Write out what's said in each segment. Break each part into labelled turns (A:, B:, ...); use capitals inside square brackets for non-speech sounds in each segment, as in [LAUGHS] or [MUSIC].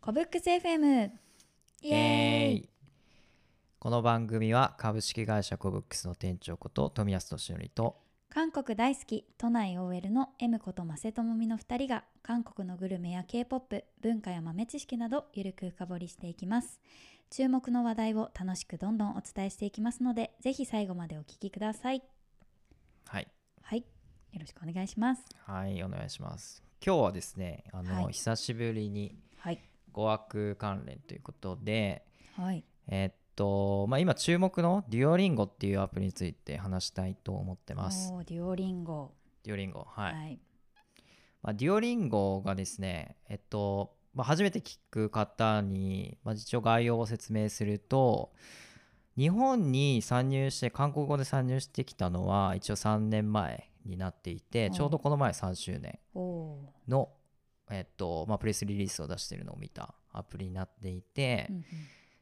A: コブックス FM イエーイ
B: イこの番組は株式会社コブックスの店長こと富安俊則と
A: 韓国大好き都内 OL の M ことマセトモミの2人が韓国のグルメや K-POP 文化や豆知識などゆるく深掘りしていきます注目の話題を楽しくどんどんお伝えしていきますのでぜひ最後までお聞きください
B: はい
A: はいよろしくお願いします
B: はいお願いします今日はですねあの、
A: はい
B: 久しぶりに
A: はい
B: 語学関連ということで
A: はい
B: えっとまあ今注目のデュオリンゴっていうアプリについて話したいと思ってます
A: おーデュオリンゴ
B: デュオリンゴは、
A: はいい
B: まあ、デュオリンゴがですねえっと、まあ、初めて聞く方に、まあ、一応概要を説明すると日本に参入して韓国語で参入してきたのは一応3年前になっていて、
A: うん
B: ちょうどこの前3周年
A: おお
B: の、えっとまあ、プレスリリースを出してるのを見たアプリになっていて、
A: ー、うんうん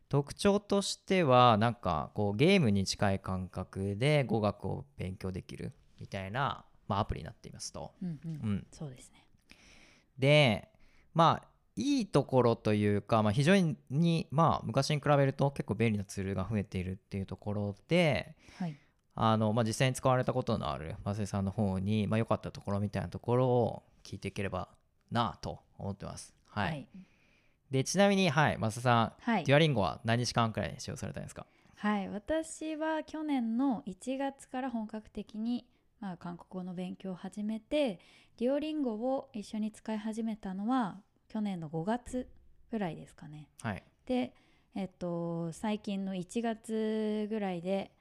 B: 特徴としてはなんかこうゲームに近い感覚で語学を勉強できるみたいな、まあ、アプリになっていますと。
A: うんうん
B: うん、
A: そうですね
B: でまあいいところというか、まあ、非常に、まあ、昔に比べると結構便利なツールが増えているっていうところで
A: はい
B: あの、まあ、実際に使われたことのあるマセさんの方にまあ、良かったところみたいなところを聞いていければなあと思ってます。はいでちなみに、はい、マセさん、
A: はい
B: デュアリンゴは何日間くらい使用されたんですか
A: はい、私は去年の1月から本格的に、まあ、韓国語の勉強を始めてデュオリンゴを一緒に使い始めたのは去年の5月ぐらいですかね。
B: はい、
A: で、えっと、最近の1月ぐらいで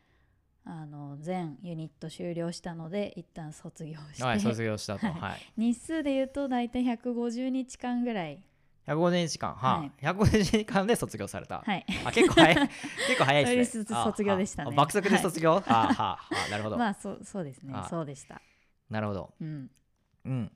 A: あの全ユニット終了したので一旦卒業して、
B: [LAUGHS] はい、卒業したと、
A: はい
B: [LAUGHS] はい、
A: 日数で言うと大体150日間ぐらい、
B: 150日間、はあ、150日間で卒業された、
A: はい、
B: あ結構早い
A: [LAUGHS]
B: 結構早い
A: とりあえ
B: ですね
A: ず
B: あ
A: 卒業でしたね
B: ああ爆速で卒業、はあはあはあなるほ
A: [LAUGHS]
B: ど、
A: まあそうそうですね
B: あ
A: そうでした。
B: なるほど
A: うん
B: うん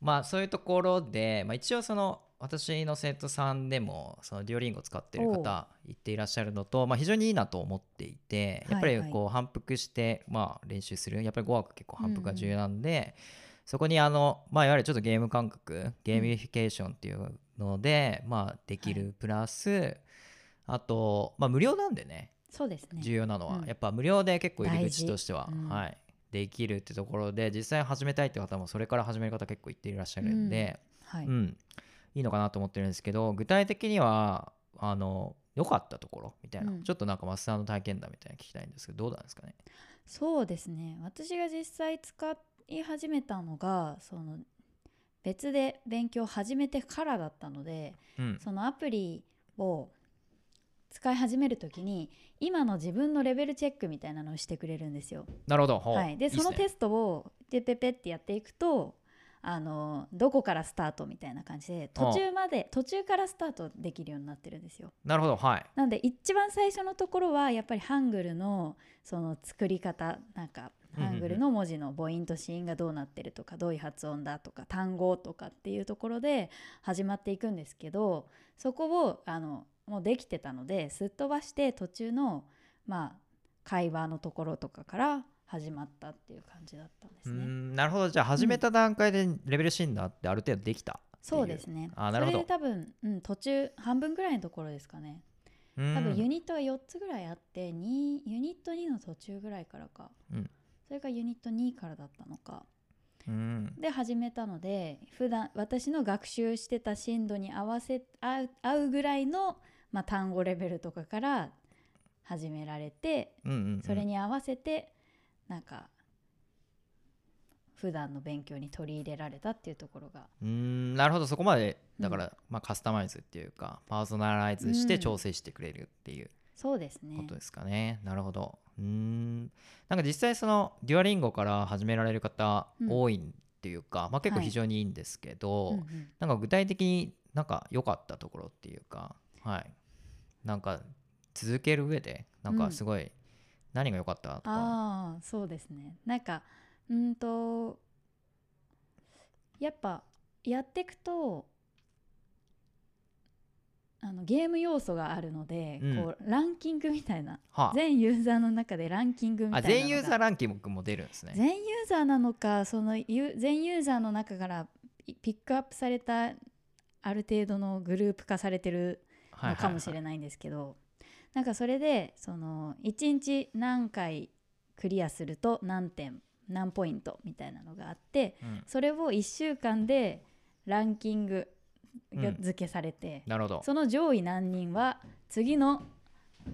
B: まあそういうところで、まあ、一応その私の生徒さんでもそのデュオリンゴ使ってる方言っていらっしゃるのと、まあ、非常にいいなと思っていてやっぱり
A: はい
B: こう反復して、まあ、練習するやっぱり語学結構反復が重要なんで、そこにあの、まあ、いわゆるちょっとゲーム感覚ゲーミフィケーションっていうので、まあ、できるプラス、あと、まあ、無料なんでね
A: そうですね
B: 重要なのは、
A: うん
B: やっぱ無料で結構入り
A: 大
B: 口
A: 事
B: としては、
A: うん
B: はい、できるってところで実際始めたいって方もそれから始める方結構いっていらっしゃるんで、
A: は
B: う
A: い
B: んいいのかなと思ってるんですけど具体的にはあの良かったところみたいな、
A: うん
B: ちょっとなんかマスターの体験談みたいなの聞きたいんですけどどうなんですかね
A: そうですね私が実際使い始めたのがその別で勉強を始めてからだったので
B: うん
A: そのアプリを使い始めるときに今の自分のレベルチェックみたいなのをしてくれるんですよ。
B: なるほど、ほう
A: はい、で
B: いいっすね
A: そのテストをペペペってやっていくとあのどこからスタートみたいな感じで途中まで途中からスタートできるようになってるんですよ。
B: なるほどはい
A: なので一番最初のところはやっぱりハングルのその作り方なんか
B: うんうん
A: ハングルの文字の母音と子音がどうなってるとかどういう発音だとか単語とかっていうところで始まっていくんですけどそこをあのもうできてたのですっ飛ばして途中のまあ会話のところとかから始まったっていう感じだったんで
B: う
A: すね。
B: んなるほどじゃあ始めた段階でレベル診断ってある程度できたってい
A: そうですね
B: あなるほど
A: それで多分、うん、途中半分ぐらいのところですかね
B: うん
A: 多分ユニットは4つぐらいあってにユニット2の途中ぐらいからか、
B: うん
A: それからユニット2からだったのか
B: うん
A: で始めたので普段私の学習してた進度に合わせ合う合うぐらいの、まあ、単語レベルとかから始められて
B: うんうん
A: それに合わせてなんか普段の勉強に取り入れられたっていうところが
B: うーんなるほどそこまで
A: うん
B: だから、まあ、カスタマイズっていうかパーソナライズし
A: う
B: て
A: ん
B: 調整してくれるっていう
A: そうです
B: こ
A: ね
B: とですかね、なるほどうーんなんか実際そのデュアリンゴから始められる方
A: うん
B: 多いっていうか、まあ、結構
A: はい
B: 非常にいいんですけど、
A: うんうん
B: なんか具体的になんか良かったところっていうかはいなんか続ける上でなん
A: う
B: か
A: ん
B: すごい何が良かったとか、
A: ああそうですねなんかうんとやっぱやっていくとあのゲーム要素があるので、
B: うん
A: こうランキングみたいな
B: は
A: 全ユーザーの中でランキングみ
B: あ
A: た
B: あ
A: いなのが
B: 全ユーザーランキングも出るんですね
A: 全ユーザーなのかそのユ全ユーザーの中からピピックアップされたある程度のグループ化されてる
B: はい
A: のかもしれないんですけど、なんかそれでその1日何回クリアすると何点何ポイントみたいなのがあって
B: はいはいうん
A: それを1週間でランキング
B: う
A: が
B: ん
A: 付けされて、
B: なるほど
A: その上位何人は次の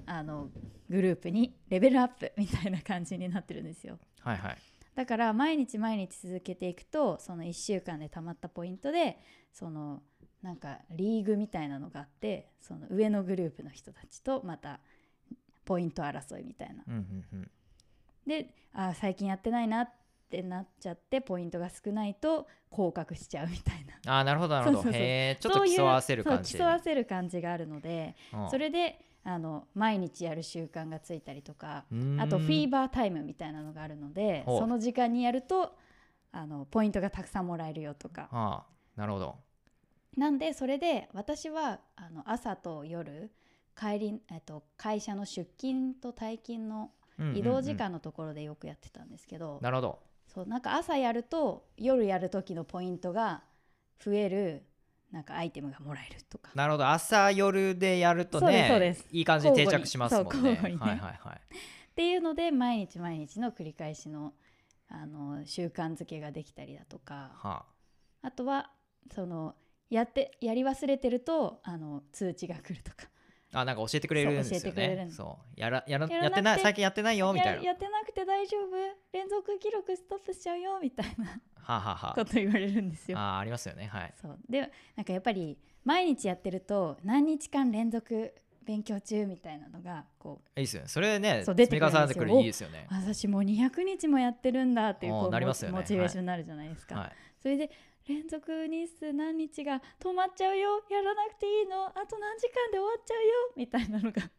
A: あのグループにレベルアップみたいな感じになってるんですよ。
B: はいはい
A: だから毎日毎日続けていくとその1週間でたまったポイントでそのなんかリーグみたいなのがあってその上のグループの人たちとまたポイント争いみたいな。
B: うんうんうん
A: であー最近やってないなってなっちゃってポイントが少ないと降格しちゃうみたいな。
B: あーなるほどなる
A: そ
B: ほ
A: うそ
B: ど
A: うそう
B: へえちょっ
A: そ
B: と
A: ういう
B: 競わせる感
A: そ
B: じ
A: う競わせる感じがあるので
B: うん
A: それであの毎日やる習慣がついたりとか
B: うーん
A: あとフィーバータイムみたいなのがあるので
B: ほう
A: その時間にやるとあのポイントがたくさんもらえるよとか
B: あーなるほど
A: なんでそれで私はあの朝と夜帰り、えっと、会社の出勤と退勤の
B: うんうんうん
A: 移動時間のところでよくやってたんですけど、
B: なるほど
A: そうなんか朝やると夜やる時のポイントが増えるなんかアイテムがもらえるとか
B: なるほど朝夜でやると
A: そうで
B: ね
A: すそうです
B: いい感じに定着しますもんね
A: 交互にそう交互にね
B: はいはいはい
A: っていうので毎日毎日の繰り返しのあの習慣づけができたりだとか。
B: は
A: あとはそのやってやり忘れてるとあの通知が来るとか
B: ああなんか教えてくれるんですよ
A: そう教えてくれる
B: ね
A: の
B: そうやらやら
A: やら
B: やって
A: な
B: な
A: くて
B: い最近やってない [LAUGHS] よみた
A: や
B: いな
A: やってなくて大丈夫連続記録ストップしちゃうよみたいな
B: はあはあはあ
A: こと言われるんですよ。
B: あーありますよねはい
A: そうでなんかやっぱり毎日やってると何日間連続勉強中みたいなのがこう
B: いいですよねそれね
A: そう出
B: 積み
A: てく
B: 重
A: るんですよ
B: なってくるいいですよね
A: 私もう200日もやってるんだっていう
B: おー
A: こう
B: なりますよね
A: モチモチベーションになるじゃないですか。
B: はい
A: それで連続日数何日が止まっちゃうよやらなくていいのあと何時間で終わっちゃうよみたいなのが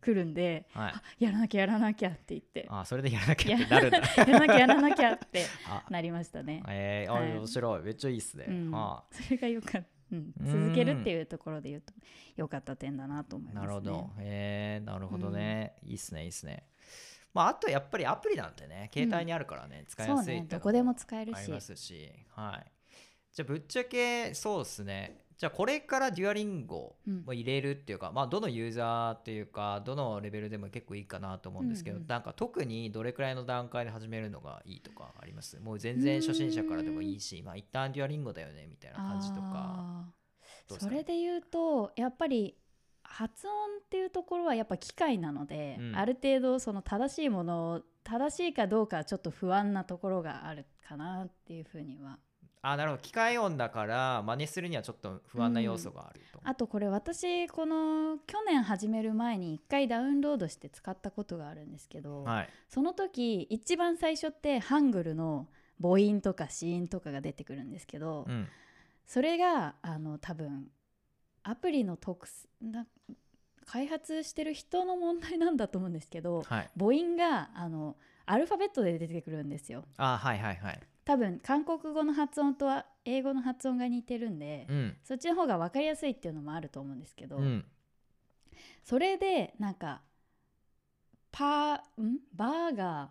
A: 来るんで
B: はい
A: あやらなきゃやらなきゃって言って
B: あーそれでやらなきゃってなるんだ
A: やらなきゃやらなきゃって [LAUGHS]
B: あ
A: なりましたね。
B: えー、あ
A: はい
B: 面白いめっちゃいいっすね、
A: うん
B: は
A: それがよかった、うん、
B: うん
A: 続けるっていうところで言うと良かった点だなと思い
B: あ
A: ます、ね。
B: なるほど、えー、なるほどね、いいっすねいいっすねまああとやっぱりアプリなんてね携帯にあるからね、使いや
A: そう
B: すいっ
A: ね
B: て
A: ど
B: の
A: こでも使える
B: あり
A: し
B: ますしはいじゃあぶっちゃけそうですねじゃあこれからデュアリンゴ
A: うん
B: も入れるっていうか、まあどのユーザーっていうかどのレベルでも結構いいかなと思うんですけど、
A: うんうん
B: なんか特にどれくらいの段階で始めるのがいいとかありますもう全然初心者からでもいいしまあ一旦デュアリンゴだよねみたいな感じとか
A: あ
B: どう
A: ー
B: です
A: そ
B: かね
A: れで言うとやっぱり発音っていうところはやっぱ機械なので、
B: うん
A: ある程度その正しいものを正しいかどうかはちょっと不安なところがあるかなっていうふうには
B: あなるほど機械音だから真似するにはちょっと不安な要素があると、
A: あとこれ私この去年始める前に一回ダウンロードして使ったことがあるんですけど、
B: はい
A: その時一番最初ってハングルの母音とか子音とかが出てくるんですけど、
B: うん
A: それがあの多分アプリの特すな開発してる人の問題なんだと思うんですけど
B: はい
A: 母音があのアルファベットで出てくるんですよ
B: あはいはいはい
A: 多分韓国語の発音とは英語の発音が似てるんで、
B: うん
A: そっちの方が分かりやすいっていうのもあると思うんですけど、
B: うん
A: それでなんかパーんバーガ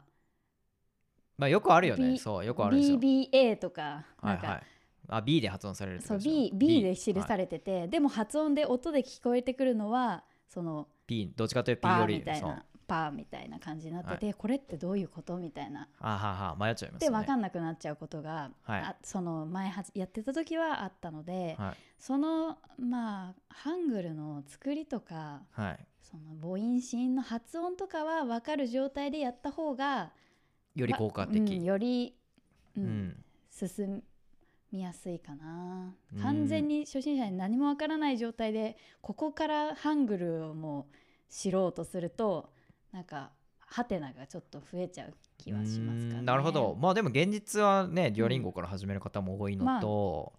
B: まあよくあるよね
A: B-
B: そうよくあるんですよ
A: ー BBA とか
B: は
A: ないんか、
B: はい。あ B で発音されるってこ
A: そう
B: とでしょ
A: B, B で記
B: は
A: さ
B: い
A: れてて、でも発音で音で聞こえてくるのはその
B: B どっちかというと B
A: パ
B: よ
A: ーみ
B: り
A: たい
B: そう
A: なパーみたいな感じになってて、これってどういうことみたいな。
B: あはは迷っちゃいます
A: で
B: よね。
A: 分かんなくなっちゃうことが、
B: はい
A: あその前はやってた時はあったので、
B: はい
A: そのまあハングルの作りとか
B: はい。
A: その母音子音の発音とかは分かる状態でやった方が
B: より効果
A: う
B: 的。
A: んより、う
B: うんん。
A: 進みやすいかな
B: うん
A: 完全に初心者に何もわからない状態でここからハングルをもう知ろうとするとなんかハテナがちょっと増えちゃう気はしますかね。
B: うんなるほど。まあでも現実はね、デュアリンゴから始める方も多いのと、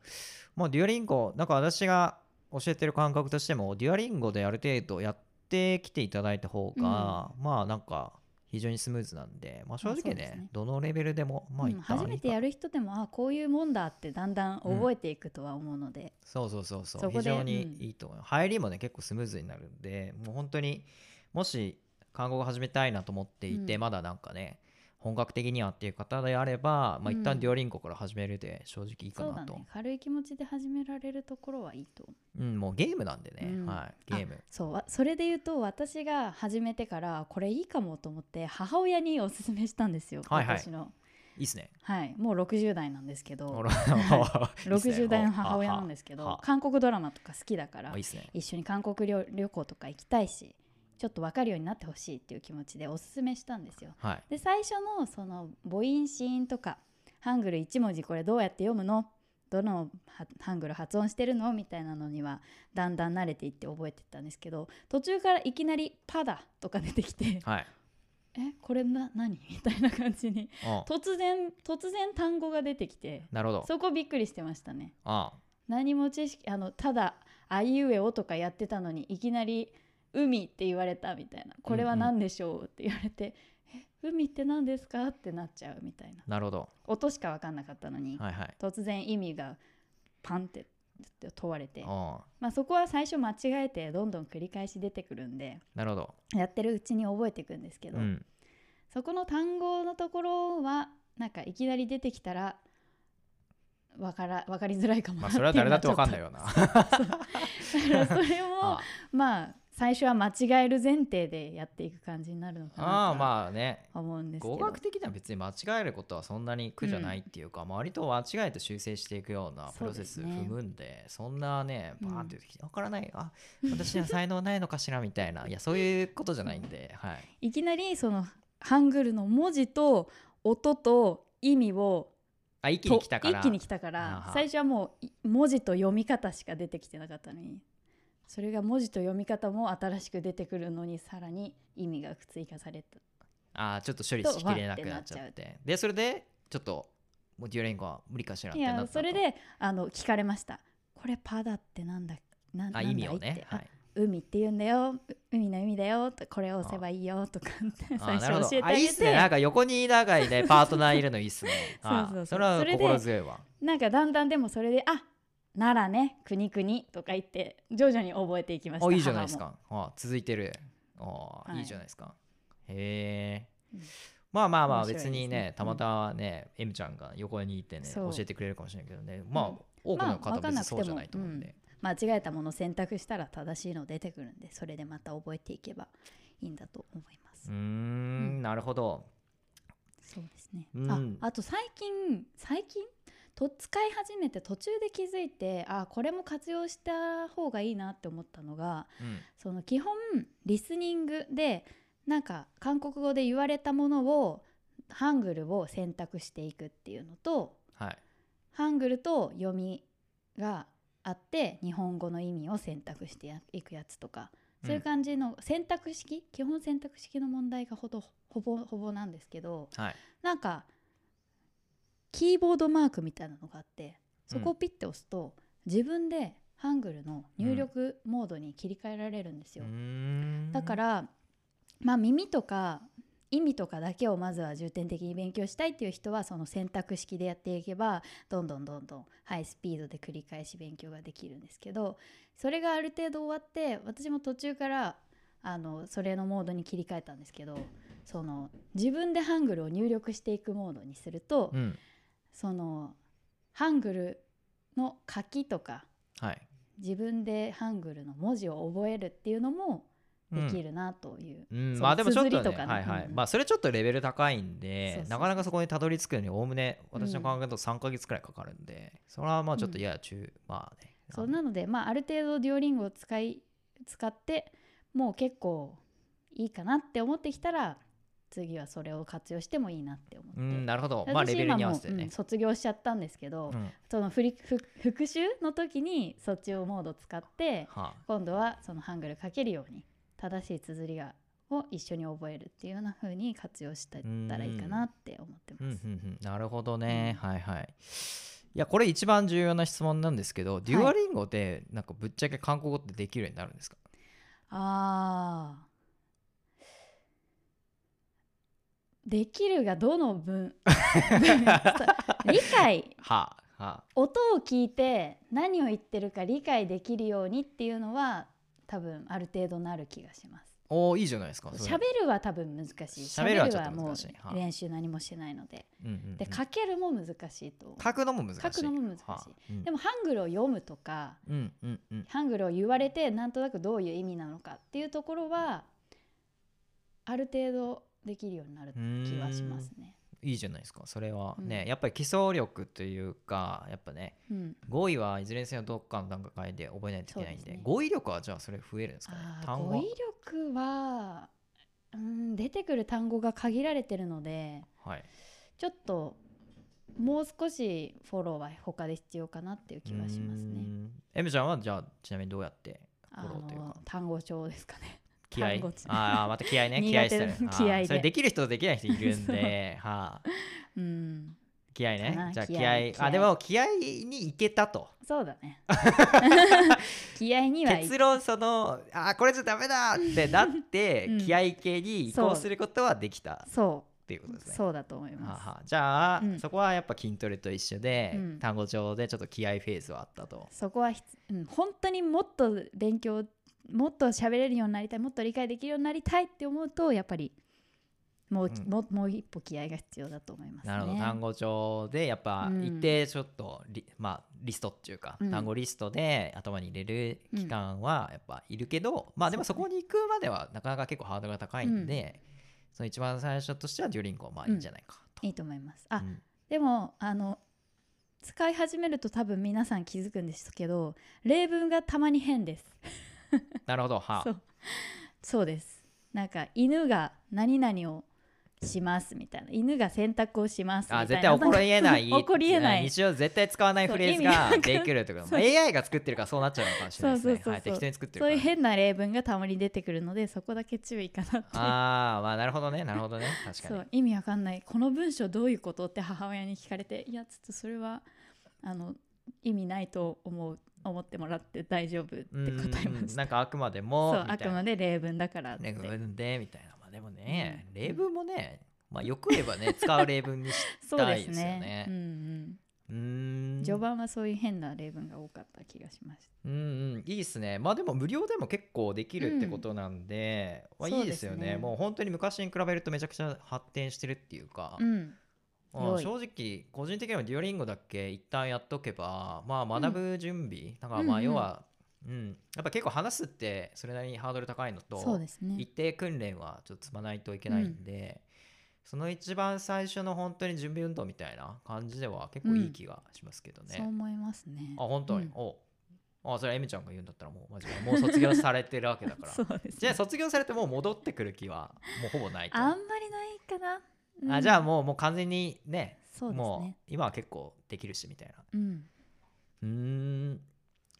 B: まあデュアリンゴ、なんか私が教えてる感覚としても、デュアリンゴである程度やってきていただいた方が、まあなんか、非常にスムーズなんで、まあ、正
A: まあそ
B: 直
A: うです
B: ね
A: ね
B: どのレベルでも、まあ
A: う
B: 一
A: ん
B: 旦いいか
A: 初めてやる人でもあこういうもんだってだんだん覚えていくとは思うので、
B: そうそうそうそう
A: そこで
B: 非常に
A: うん
B: いいと思う、入りもね結構スムーズになるんでもう本当にもし看護を始めたいなと思っていて、
A: うん
B: まだなんかね本格的にはっていう方であれば、まあ、一
A: う
B: 旦
A: ん
B: デュオリンゴから始めるで正直いいか
A: そう
B: な
A: だ
B: とう,、
A: ね軽い気持ちで始められるところはいいと思うん
B: もうゲームなんでね、
A: うん
B: はいゲーム
A: そうわそれで言うと私が始めてからこれいいかもと思って母親におすすめしたんですよ、
B: はいはい
A: 私の、
B: いいっすね
A: はい、もう60代なんですけ
B: ほ
A: ど
B: らいいっすね
A: 60代の母親なんですけ
B: はあは
A: ど
B: あ
A: 韓国ドラマとか好きだから
B: あいいっすね
A: 一緒に韓国旅旅行とか行きたいしちょっと分かるようになってほしいっていう気持ちでおすすめしたんですよ
B: はい
A: で最初のその母音子音とかハングル1文字これどうやって読むのどのはハングル発音してるのみたいなのにはだんだん慣れていって覚えてったんですけど途中からいきなり「パだ」とか出てき
B: [LAUGHS]
A: て
B: はい
A: 「えこれな何?」みたいな感じに
B: うん
A: 突然突然単語が出てきて
B: なるほど
A: そこびっくりしてましたね。
B: あ
A: 何も知識あのただ「あいうえお」とかやってたのにいきなり「海」って言われたみたいな「これは何でしょう?」って言われて「え海って何ですか?」ってなっちゃうみたいな
B: なるほど
A: 音しか分かんなかったのに、
B: はいはい
A: 突然意味がパンって問われて
B: うん
A: まあ、そこは最初間違えてどんどん繰り返し出てくるんで
B: なるほど
A: やってるうちに覚えていくんですけ
B: う
A: ど、
B: ん
A: そこの単語のところはなんかいきなり出てきたらわから分かりづらいかもな
B: まあ
A: って
B: それは誰だってわかんないよな
A: だ [LAUGHS] からそれも
B: [LAUGHS] あ
A: まあ最初は間違える前提でやっていく感じになるのか
B: ああ
A: な
B: まあね
A: とは思うんですけど
B: 語学的には別に間違えることはそんなに苦じゃないっていうか、まあ割と間違えて修正していくようなプロセ
A: そ
B: ス
A: うですね
B: 踏むんでそんなねバーンって言ってきて「分からない
A: [LAUGHS]
B: あ
A: うん
B: 私には才能ないのかしら」みたいないやそういうことじゃないんで、はい、
A: いきなりそのハングルの文字と音と意味を
B: あ一気
A: と
B: に来たから
A: 一気に来たか
B: あ
A: ら
B: は
A: 最初はもうい文字と読み方しか出てきてなかったのにそれが文字と読み方も新しく出てくるのにさらに意味が追加された
B: あーちょっと処理しきれなくなっちゃってでそれでちょっともうデュオレンゴは無理かしらっ
A: い
B: てなった
A: や
B: と
A: それであの聞かれました「これパだってなんだななんだ
B: あ
A: い
B: 意味を
A: っ
B: ね
A: て、
B: は
A: あ
B: い、
A: 海って言うんだよう海の意味だよとこれを押せばいいよ」とかって [LAUGHS]
B: あ
A: 最
B: ーなるほ
A: 初教え
B: ど
A: てあ
B: あいい
A: げ
B: っすねなん
A: て
B: か横に長いねパートナーいるのいいっすね
A: [LAUGHS] そうそう
B: あ
A: そう
B: ーそれは
A: それで
B: 心強いわ
A: なんかだんだんでもそれで「あ奈良ね国国」とか言って徐々に覚えていきました
B: あいいじゃない
A: 母も
B: ですかあ続いてるあ、
A: はい
B: い、いじゃないですかへえ、
A: うん
B: まあまあまあ
A: 面白い
B: 別にね
A: ですね
B: たまたまね、エムちゃんが横にいてね
A: そう
B: 教えてくれるかもしれないけどねまあ、
A: うん
B: 多く
A: まあ
B: の方は
A: わかん
B: 別
A: な
B: に
A: くて
B: そ
A: も
B: うじゃないと思うんで、
A: 間違えたものを選択したら正しいの出てくるんでそれでまた覚えていけばいいんだと思います。
B: うーんなるほど
A: そうですね、
B: うん
A: ああと最近最近と使い始めて途中で気づいてあこれも活用した方がいいなって思ったのが
B: うん
A: その基本リスニングでなんか韓国語で言われたものをハングルを選択していくっていうのと
B: はい
A: ハングルと読みがあって日本語の意味を選択してやいくやつとかそういう感じの選択式、基本選択式の問題がほとほぼほぼなんですけど
B: はい
A: なんかキーボードマークみたいなのがあってそこ
B: う
A: をピッて押すと、自分でハングルの入力モードに切り替えられるんですよ。だからら、まあ、耳とか意味とかだけをまずは重点的に勉強したいっていう人はその選択式でやっていけばどんどんどんどんハイスピードで繰り返し勉強ができるんですけどそれがある程度終わって私も途中からあのそれのモードに切り替えたんですけどその自分でハングルを入力していくモードにすると、
B: うん
A: そのハングルの書きとか
B: はい
A: 自分でハングルの文字を覚えるっていうのもできるなという、
B: うん、
A: そう
B: まあでもちょっと,、ね
A: 綴りとかね
B: はいはい
A: うん
B: まあ、それちょっとレベル高いんで
A: そうそうそう
B: なかなかそこにたどり着くのにおおむね私の
A: うん
B: 考えだと3か月くらいかかるんで、それはまあちょっと
A: うん
B: やや中、まあね
A: そうなので、まあ、ある程度デュオリンゴを使い使ってもう結構いいかなって思ってきたら次はそれを活用してもいいなって思って、
B: うん、なるほど
A: 私。
B: まあ、レベルに合わせて
A: 今もう
B: ね
A: ん。卒業しちゃったんですけど、
B: うんは
A: その振りふ復習の時にそっちをモード使って
B: あ
A: 今度はそのハングル書けるように正しい綴りがを一緒に覚えるっていうような風に活用していったらいいかなって思って
B: うんう
A: ま
B: ん
A: す。
B: うんなるほどね。はいはい。いや、これ一番重要な質問なんですけど、デュアリンゴで、なんかぶっちゃけ韓国語ってできるようになるんですか
A: ああできるがどの
B: [LAUGHS]
A: 分理解
B: はあ、は
A: 音を聞いて何を言ってるか理解できるようにっていうのは多分ある程度なる気がします。
B: おーいいじゃないですかそれ
A: 喋るは多分難しい
B: 喋るはちょっと
A: も
B: 難しいう
A: 練習何もしてないので
B: うんうんうん
A: で書けるも難しいと思う
B: 書くのも難しい
A: 書くのも難しい
B: はあうん
A: でもハングルを読むとか
B: うんうんうん
A: ハングルを言われてなんとなくどういう意味なのかっていうところはある程度できるようになる気はしますね。
B: いいじゃないですかそれはね、
A: うん
B: やっぱり基礎力というかやっぱね
A: うん、
B: 語彙はいずれにせよどっかの段階で覚えないといけないん
A: そう
B: で
A: ですね
B: 語彙力はじゃあそれ増えるんですかね
A: あー
B: 単
A: 語
B: 語
A: 彙力は、うん、出てくる単語が限られてるので
B: はい
A: ちょっともう少しフォローは他で必要かなっていう気はします
B: うー
A: ね。
B: ん M ちゃんはじゃあちなみにどうやってフ
A: あ
B: ォローという
A: の
B: か
A: 単語帳ですかね。
B: 気合
A: 単
B: い
A: 語ですね
B: ああまた気合
A: [LAUGHS]
B: いね気合
A: 苦
B: いして
A: 手
B: る
A: な
B: あー
A: 気合いで
B: それできる人とできない人いるんで
A: [LAUGHS]
B: はあ
A: うん、
B: 気合い
A: か
B: ね
A: な
B: じゃあ気
A: 気合い
B: 合い
A: 気合い
B: あでも気合いにいけたと
A: そうだ
B: [LAUGHS]
A: ね。気合にはい
B: 結論そのあーこれじゃダメだってなって、
A: [LAUGHS] うん
B: 気合系に移行することはできたっ
A: そ
B: ていうことです
A: う
B: ね
A: そうだと思い
B: は
A: ます。
B: あはあじゃあ、
A: うん
B: そこはやっぱ筋トレと一緒で、
A: うん
B: 単語帳でちょっと気合フェーズはあったと。
A: そこはひつ、うん、本当にもっと勉強もっと喋れるようになりたいもっと理解できるようになりたいって思うとやっぱりもう,、
B: うん
A: もうもう一歩気合が必要だと思いますね。
B: なるほど単
A: 語
B: 語帳でやっぱ
A: うん
B: 一定ちょっとリ,、まあ、リストっていうか、
A: うん
B: 単語リストで頭に入れる期間はやっぱいるけど、まあでもそこに行くまではなかなか結構ハードルが高いんで、その一番最初としてはデュオリンゴまあいいんじゃないかと。
A: いいと思います。あ、
B: うん
A: でもあの使い始めると多分皆さん気づくんですけど例文がたまに変です。
B: なるほど
A: [LAUGHS]
B: は
A: そうそうです。なんか犬が何々をしますみたいな犬が洗濯をしますみたいな
B: あ絶対起こりえな
A: [LAUGHS]
B: い
A: 起こりえない
B: 日常絶対使わないフレーズが
A: そう意味わかんない
B: できるってこと
A: そう
B: まあ AI が作ってるからそうなっちゃうのかもしれないです
A: そう
B: ね
A: そうそうそう
B: はい適当に作ってる
A: そ
B: か
A: ういう
B: ら
A: 変な例文がたまに出てくるのでそこだけ注意かなって
B: ああまあなるほどねなるほどね確か
A: そ
B: に
A: う意味わかんないこの文章どういうことって母親に聞かれていやちょっとそれはあの意味ないと思う思ってもらって大丈夫って
B: うんうん
A: 答えました
B: なんかあくまで
A: そ
B: も
A: う
B: み
A: あ
B: た
A: く
B: いな
A: まで例文だからって、
B: ねうんでみたいなまあでもね、例文もねまあよく言えばね使う例文にし
A: [LAUGHS] そう
B: た
A: で
B: い
A: す
B: ですよ
A: ね
B: ね
A: うん
B: う
A: うんん序盤はそういう変な例文が多かった気がしました
B: うんうんいいですねまあでも無料でも結構できるってことなんで、
A: うん
B: まあ、いいですよ
A: そう
B: ね
A: ですね
B: もう本当に昔に比べるとめちゃくちゃ発展してるっていうか、
A: うん
B: うん
A: 良い
B: 正直個人的にはデュオリンゴだっけ一旦やっとけばまあ学ぶ準備、だから
A: う
B: ま
A: んう
B: あ
A: ん
B: 要は、うんやっぱ結構話すってそれなりにハードル高いのと
A: そうです
B: 一
A: ね
B: 定訓練はちょっと積まないといけないんで、その一番最初の本当に準備運動みたいな感じでは結構いい気がしますけど
A: そう
B: ね、
A: 思いますね
B: あ本当に、
A: うん
B: おあそれはエミちゃんが言うんだったらもうマジでもう卒業されてるわけだから
A: [LAUGHS] そうですね
B: じゃあ卒業されてもう戻ってくる気はもうほぼないと
A: あんまりないかな、うん
B: あじゃあもうもう完全にね
A: そうです
B: も
A: ね
B: う今は結構できるしみたいな
A: うん
B: うーん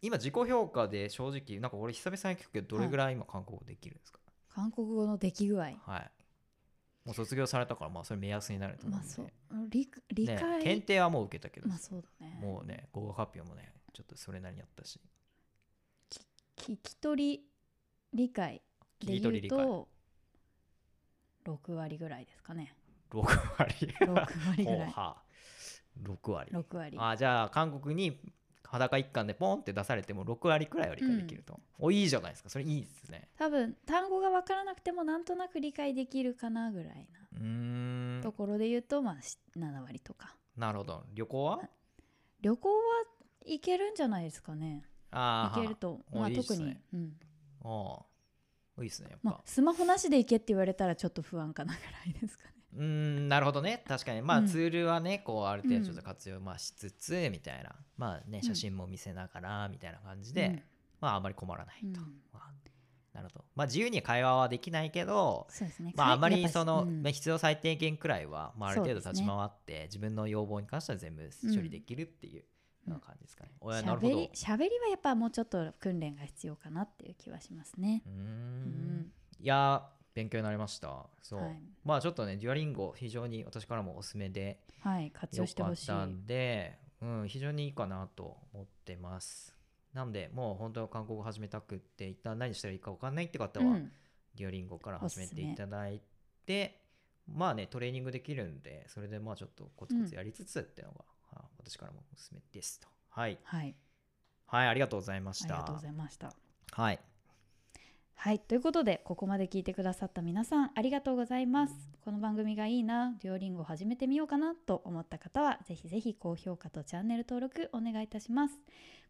B: 今自己評価で正直なんか俺久々に聞くけどどれぐらい今韓国語できるんですか
A: 韓国語の出来具合
B: はい、もう卒業されたからまあそれ目安になると思
A: ま
B: う
A: あ
B: んで、
A: そう理理
B: ね
A: 解、
B: 検定はもう受けたけど、
A: まあそうだね
B: もうね合格発表もねちょっとそれなりにやったし
A: 聞き取り理解で
B: 聞き取り
A: 言う
B: 理解
A: と6割ぐらいですかね
B: 6割
A: 6割
B: [LAUGHS]
A: ぐらい
B: は6割
A: 6割
B: あじゃあ韓国に裸一貫でポンって出されても6割くらいは理解できると、おいいじゃないですかそれいいですね
A: 多分単語が分からなくてもなんとなく理解できるかなぐらいう
B: ーん
A: なところで言うとまあし7割とか
B: なるほど旅行は
A: 旅行は行けるんじゃないですかね
B: あ
A: 行
B: ー
A: けると
B: お
A: まあ
B: いいっす
A: 特
B: ね
A: にうん
B: ああいいですねやっぱ、
A: まあスマホなしで行けって言われたらちょっと不安かなぐらいですかね
B: うーんなるほどね確かにまあ、
A: うん
B: ツールはねこうある程度ちょっと
A: うん
B: 活用、まあ、しつつみたいなまあね
A: ん
B: 写真も見せながらみたいな感じで、まああんまり困らないと、
A: うん
B: まあなるほどまあ自由に会話はできないけど
A: そうですね
B: まああんま
A: や
B: り
A: っぱ
B: その、
A: うん
B: まあ必要最低限くらいは、まあ、ある程度
A: そう
B: 立
A: です
B: ち
A: ね
B: 回って、自分の要望に関しては全部処理できるっていう
A: うん
B: ような感じですかね、おやなるほ
A: 喋
B: ど
A: り喋りはやっぱもうちょっと訓練が必要かなっていう気はしますね
B: う。ー
A: うんん
B: いやー勉強になりましたそう、
A: はい
B: まあちょっとねデュアリンゴ非常に私からもおすすめで
A: はい、活用してほしい
B: よかった。んで、うん、非常にいいかなと思ってます。なんで、もう本当は韓国語始めたくって、一旦何したらいいか分かんないって方は、
A: うん
B: デュオリンゴから
A: お
B: 始
A: す
B: め
A: す
B: て
A: め
B: いただいて、まあね、トレーニングできるんで、それでまあちょっとコツコツやりつつっていうのが、あ私からもおすすめですと。はい。
A: はい、
B: はい、ありがとうございまし
A: あり
B: た。
A: がとうございました。
B: はい。
A: はいということでここまで聞いてくださった皆さんありがとうございますこの番組がいいなデュオリンゴ始めてみようかなと思った方はぜひぜひ高評価とチャンネル登録お願いいたします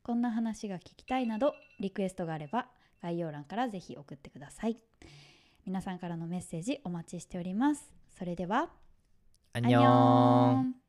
A: こんな話が聞きたいなどリクエストがあれば概要欄からぜひ送ってください皆さんからのメッセージお待ちしておりますそれでは
B: アンニョン
A: ン